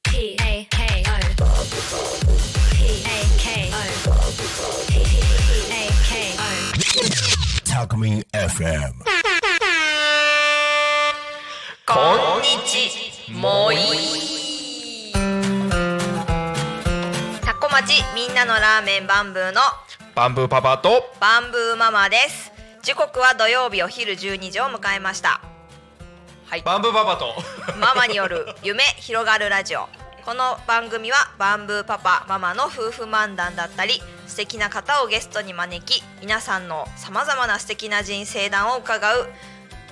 P A K O. P A K O. P A K O. Talk Me FM こんにちもいタコ町みんなのラーメンバンブーのバンブーパパとバンブーママです時刻は土曜日お昼12時を迎えましたバンブーパパとママによる夢広がるラジオこの番組はバンブーパパママの夫婦漫談だったり素敵な方をゲストに招き皆さんのさまざまな素敵な人生談を伺う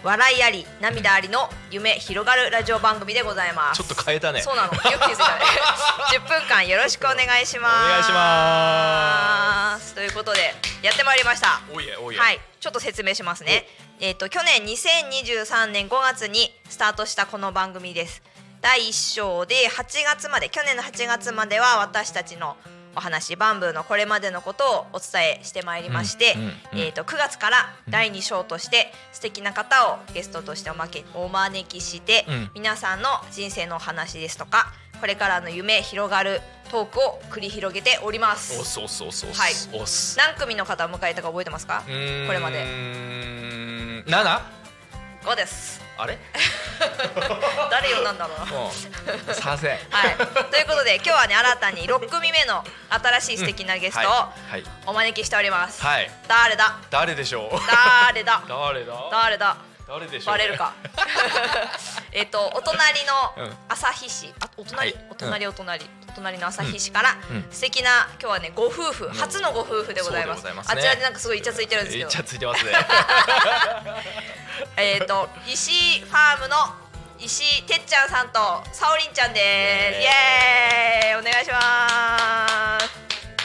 笑いあり涙ありの夢広がるラジオ番組でございます ちょっと変えたねそうなのよく気づいたね 10分間よろしくお願いしますお願いしますということでやってまいりましたおいえおいえはい、ちょっと説明しますね。えっ、と去年2023年5月にスタートしたこの番組です。第1章で8月まで去年の8月までは私たちのお話バンブーのこれまでのことをお伝えしてまいりまして、うんうんうんえっ、と9月から第2章として素敵な方をゲストとしておまけお招きして、うん皆さんの人生のお話ですとかこれからの夢広がるトークを繰り広げております。おそうそうそうはいおす何組の方を迎えたか覚えてますか？うーんこれまで七5ですあ れ誰よなんだろうなうんさせはいということで今日はね新たに6組目の新しい素敵なゲストはいはいをお招きしております、はい誰だ誰でし ょう誰だ誰だ誰だ誰でしょうバレる かえっとお隣うんの旭市あお隣、はいお隣お隣、お隣の旭市から、うん素敵な今日はねご夫婦初のご夫婦でございますそうでございますあねちらでなんかすごいイチャついてるんですけいどちゃついてま すねえっと石井ファームの石井てっちゃんさんとさおりんちゃんです。イエーイお願いします。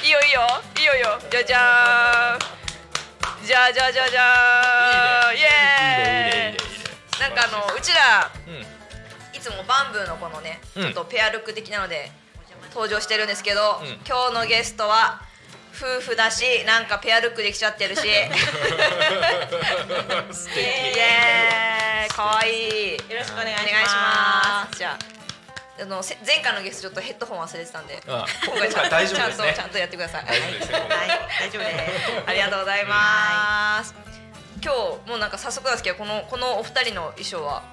いいよいいよいいよいいよじゃじゃーんじゃじゃじゃじゃーんイいいねエーいいねいいねいいねイなんかあのうちらうんいつもバンブーのこのねうんちょっとペアルック的なので登場してるんですけど、うん今日のゲストは夫婦だしなんかペアルックできちゃって るし。素イ敵エーイ可愛いいよろしくお願いしお願いしまます。じゃあ、あのせ前回のゲストちょっとヘッドホン忘れてたんで、うん今回ちゃん今回大丈夫ですねちゃんとちゃんとやってください。大丈夫ですよ今回はい、大丈夫です。ありがとうございます。今日もうなんか早速なんですけど、このこのお二人の衣装は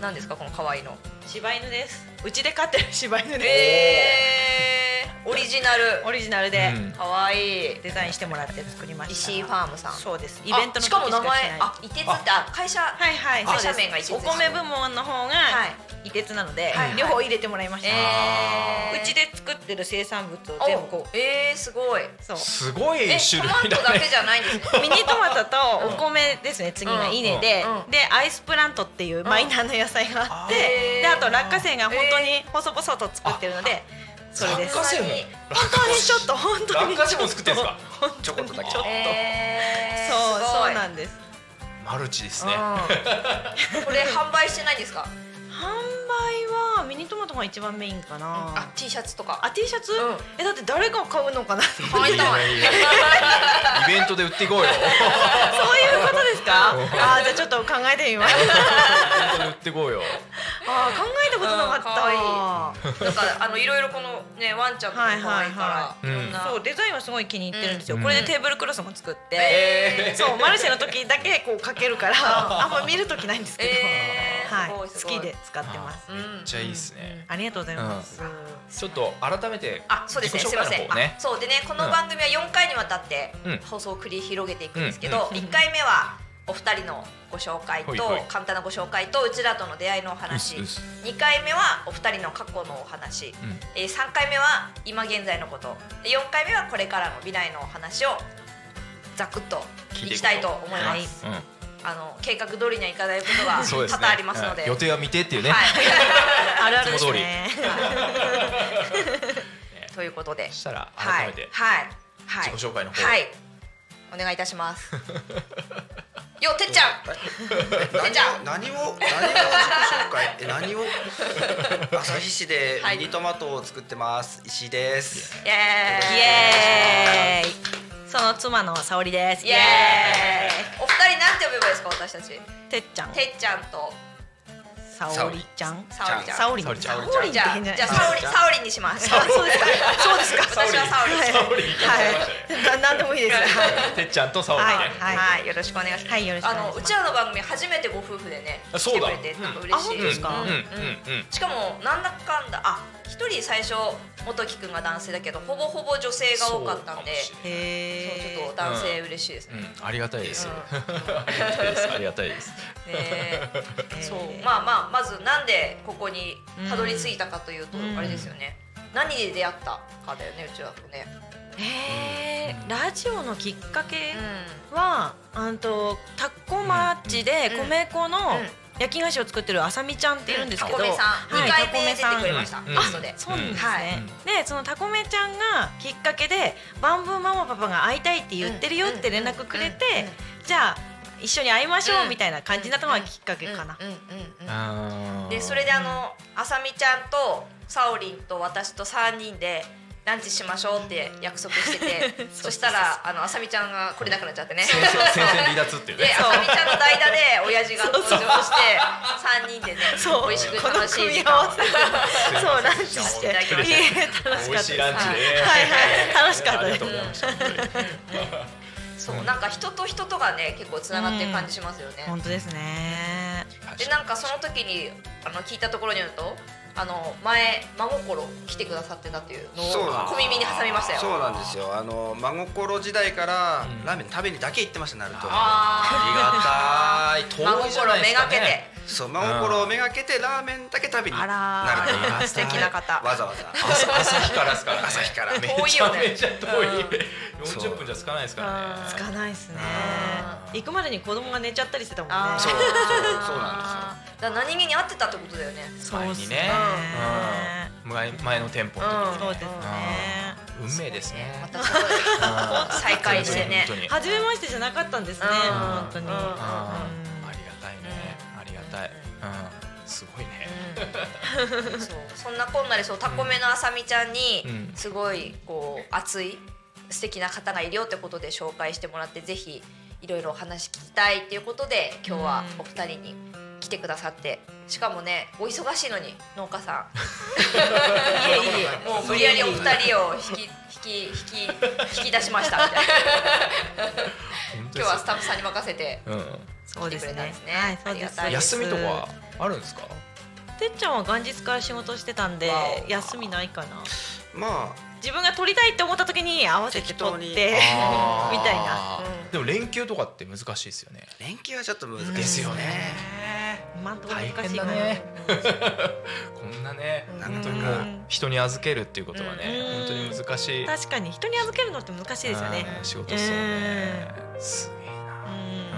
何ですかこの可愛いの。す。柴犬です。うちで飼ってる柴犬でえー、オリジナす。オル。リジナルでうん可愛いデザインしてもらって作りました。石井ファームさん。そうです。イベントあの時しかも名前しかしないあ、いてつってあ会社。はいはい。あそうです社名が一徹お米部門の方がは伊鉄なのではいはい両方入れてもらいました。えーうちで作ってる生産物をお全部こう。えー、すごい。そう。すごいえ、種ト類マトだだねけじゃないんですね。 ミニトマトとお米ですね次がうん稲で、うんでアイスプラントっていうマイナーの野菜があって、へーであと落花生が本当に細々と作ってるので、それです落花生も本当にちょっと本当に落花生も作ってんすか本当にちょこっとだけちょっとえー、そうすごいそうなんですマルチですね うんこれ販売してないんですか？販売はミニトマトが一番メインかなあ、T シャツとか。あ T シャツ、うんえだって誰が買うの かなそういうこ買いたい。いやいやいイベントで売って いこうよとですかあーじゃあちょっと考えてみ ます本当に売ってこうよ。あー考えたことなかった、うんかわなんかあのいろいろこのねワンちゃんとかも可愛いかはらいいはいはいろんな。そうデザインはすごい気に入ってるんですよ、うんこれでテーブルクロスも作って、えそうマルシェの時だけこうかけるからあんま見る時ないんですけど、えーはい、すごいすごい好きで使ってますうんめっちゃいいですね。ありがとうございます、ちょっと改めてあ、そうですね。す自み己ま紹せ介んの。方ねあ。そうでね、この番組は4回にわたってうん放送を繰り広げていくんですけうんど、1回目はお二人のご紹介とほいほい簡単なご紹介とうちらとの出会いのお話、うっすう2回目はお二人の過去のお話、うんえー、3回目は今現在のこと、で4回目はこれからの未来のお話をざくっと聞いいていこうきたいと思います。うあの計画通りにはいかないことがん、 そうです多ね。々ありますので、はい予定は見てっていうね。はい。 あるあるですねということでそ。したら改めてはいはい、自己紹介の方はいお願いいたします よてっちゃん何じゃあを何を何を自己紹介え何を 朝日市ではいミニトマトを作ってます石井ですイエーイイエーイその妻の沙織ですイエーイお二人なんて呼べばいいですか私たちてっちゃんてっちゃんと沙織ちゃん沙織ちゃん沙織沙織ちゃん沙織沙織じってゃ変あ、じゃないじゃあ、沙織、沙織にします。そうですか。そうですか。私は沙織です。沙織ははいい ななんでもいいですはいてっちゃんと沙織はいねはいはい、よろしくお願いします。はいよろしくあお願いしますの、うちらの番組初めてご夫婦でね、あ来そうてだくれて、なんかうん嬉しいあ本当ですかうんうんうんうんしかも、なんだかんだ、あ、一人最初、元木くんが男性だけど、ほぼほぼ女性が多かったんで。そうかもしへそう、ちえょっと男性嬉しいですね。 うん、ありがたいです。うありがたいです。ありがたいです。ねえそそうう、ままあまあ、まず、なんで、ここにたどり着いたかというとう、んあれですよね。何で出会ったかだよね、うちらとね。あへえラジオのきっかけうはあんとタコマッチでうん米粉のうん焼き菓子を作ってるあさみちゃんっているんですけど、タコメさん、はい二回目出てタコメさんくれました。うんゲストで。そうなんですね、はいでそのタコメちゃんがきっかけでバンブーママパパが会いたいって言ってるよって連絡くれて、うんうんじゃあ一緒に会いましうょんうみたいな感じになったのがきっかけかな、うんうんうんうんあー でそれであのあさみちゃんとさおりんと私と三人でランチしましょうって約束しててそしたらあのあさみちゃんが来れなくなっちゃってね。戦争戦線離脱っていうで、ね。あさみちゃんの代打で親父が登場して三人でねそう美味しくこの楽しい組時み間合をわせそうランチしていいただきましたえ楽し美かっ味たしでいすはラいンチね。はい楽しかっあたりでがすとうございました。本そうなんか人と人とがね結構つながってる感じしますよね。本当ですね当でになんかその時にあの聞いたところによるとあの前真心来てくださってたっていうのそうを小耳に挟みましたよそうなんですよあの真心時代からラーメン食べにだけ行ってましたナルトああり がたい。真遠いじゃ心ないでめすがかけてね。そう真心をめがけてラーメンだけ食べにあナルトらーに素敵な方わざわざ朝朝日からですからね。朝日からめね遠いちよゃねめちゃ遠いうん。四十分じゃつかないですからね。つかないですねあ行くまでに子供が寝ちゃったりしてたもんあーねそうそうそうなんあーだから何気に合ってたってことだよねそうっすねうん前前の店舗のうん時そうにですねうん運命ですね。またそこで 再会してね本当に初めましてじゃなかったんですねうん本当にうんうんありがたいね。ありがたい。うんすごいね。うんそうそんなこんなでそうタコメのあさみちゃんにうんすごいこう熱い素敵な方がいるよってことで紹介してもらってぜひいろいろお話聞きたいっていうことで今日はお二人に来てくださってしかもねお忙しいのに農家さ んいえいえもう無理やりお二人を引き引き引き引き出しましたみたい な本当今で日はすスタッフさんに任せてよ。そうです来てくれたんでねすねはいそうであすうんりがたい休みとかはあるんですか。てっちゃんは元日から仕事してたんでわお休みないかなすま自分が撮りたいって思った時に合わせて撮っ 適てみたいなあーでも連休とかって難しいですよね。あ連休はちょっと難しいですよね。今んとこ難大しいかな変だね。こんなね、なんといううんか人に預けるっていうことはね、うん本当に難しい。確かに人に預けるのって難しいですよねうん仕事っすよね。すげえな。うん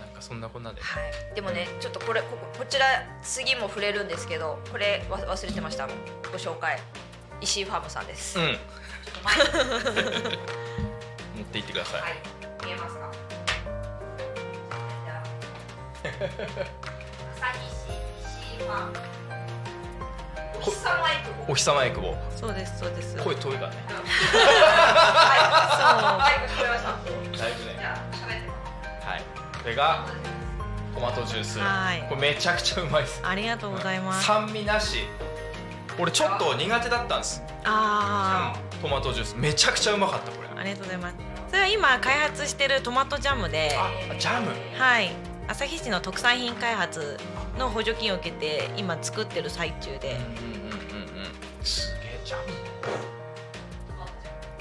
なんかそんなこんなで。はい、でもねちょっとこれこここちら次も触れるんですけどこれわ忘れてましたご紹介石井ファームさんです、うんは、持って行ってください。い見えますかじ ゃあ朝日市石井ファームお日様マイクお日様エクボ、うんそうですそうです声遠いからね。そマイク聞こえましただいぶじね。ゃあ喋ってはい。これがトマトジュース。はいこれめちゃくちゃうまいです。うありがとうございます酸味なし。俺ちょっと苦手だったんです。あトマトジュースめちゃくちゃうまかったこれ。ーありがとうございますそれは今開発してるトマトジャムであ、ジャム。はい旭市の特産品開発の補助金を受けて今作ってる最中うでんうんうんうん。すげえジャ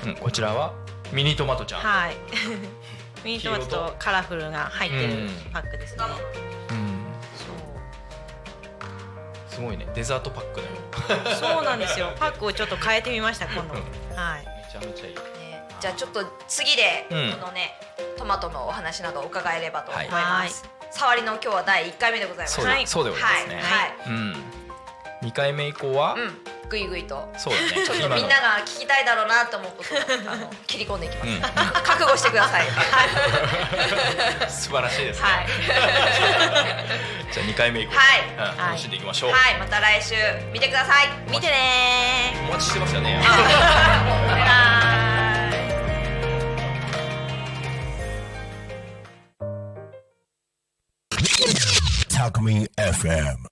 ム。うん、こちらはミニトマトちゃん。はい ミニトマトとカラフルが入ってるうんパックですね、うん。すごいね、デザートパックのよう。そうなんですよパックをちょっと変えてみました今度はめいちゃめちゃいい。ねじゃあちょっと次で、うんこのねトマトのお話など伺えればと思いはまいす、触りの今日は第一回目でございましたそうだ、はいそうでございますね。はいはいうん。二回目以降は、うん、ぐいぐいと。そうだね。 ちょっと今のみんなが聞きたいだろうなと思うことをあの切り込んでいきます。うん覚悟してください。はい。素晴らしいですね。はい。じゃあ二回目以降、はいうんはい楽しんでいきましょう。はい、また来週見てください。見てねーお待ちしてますよね。バイバイ。 Talk Talk Me FM.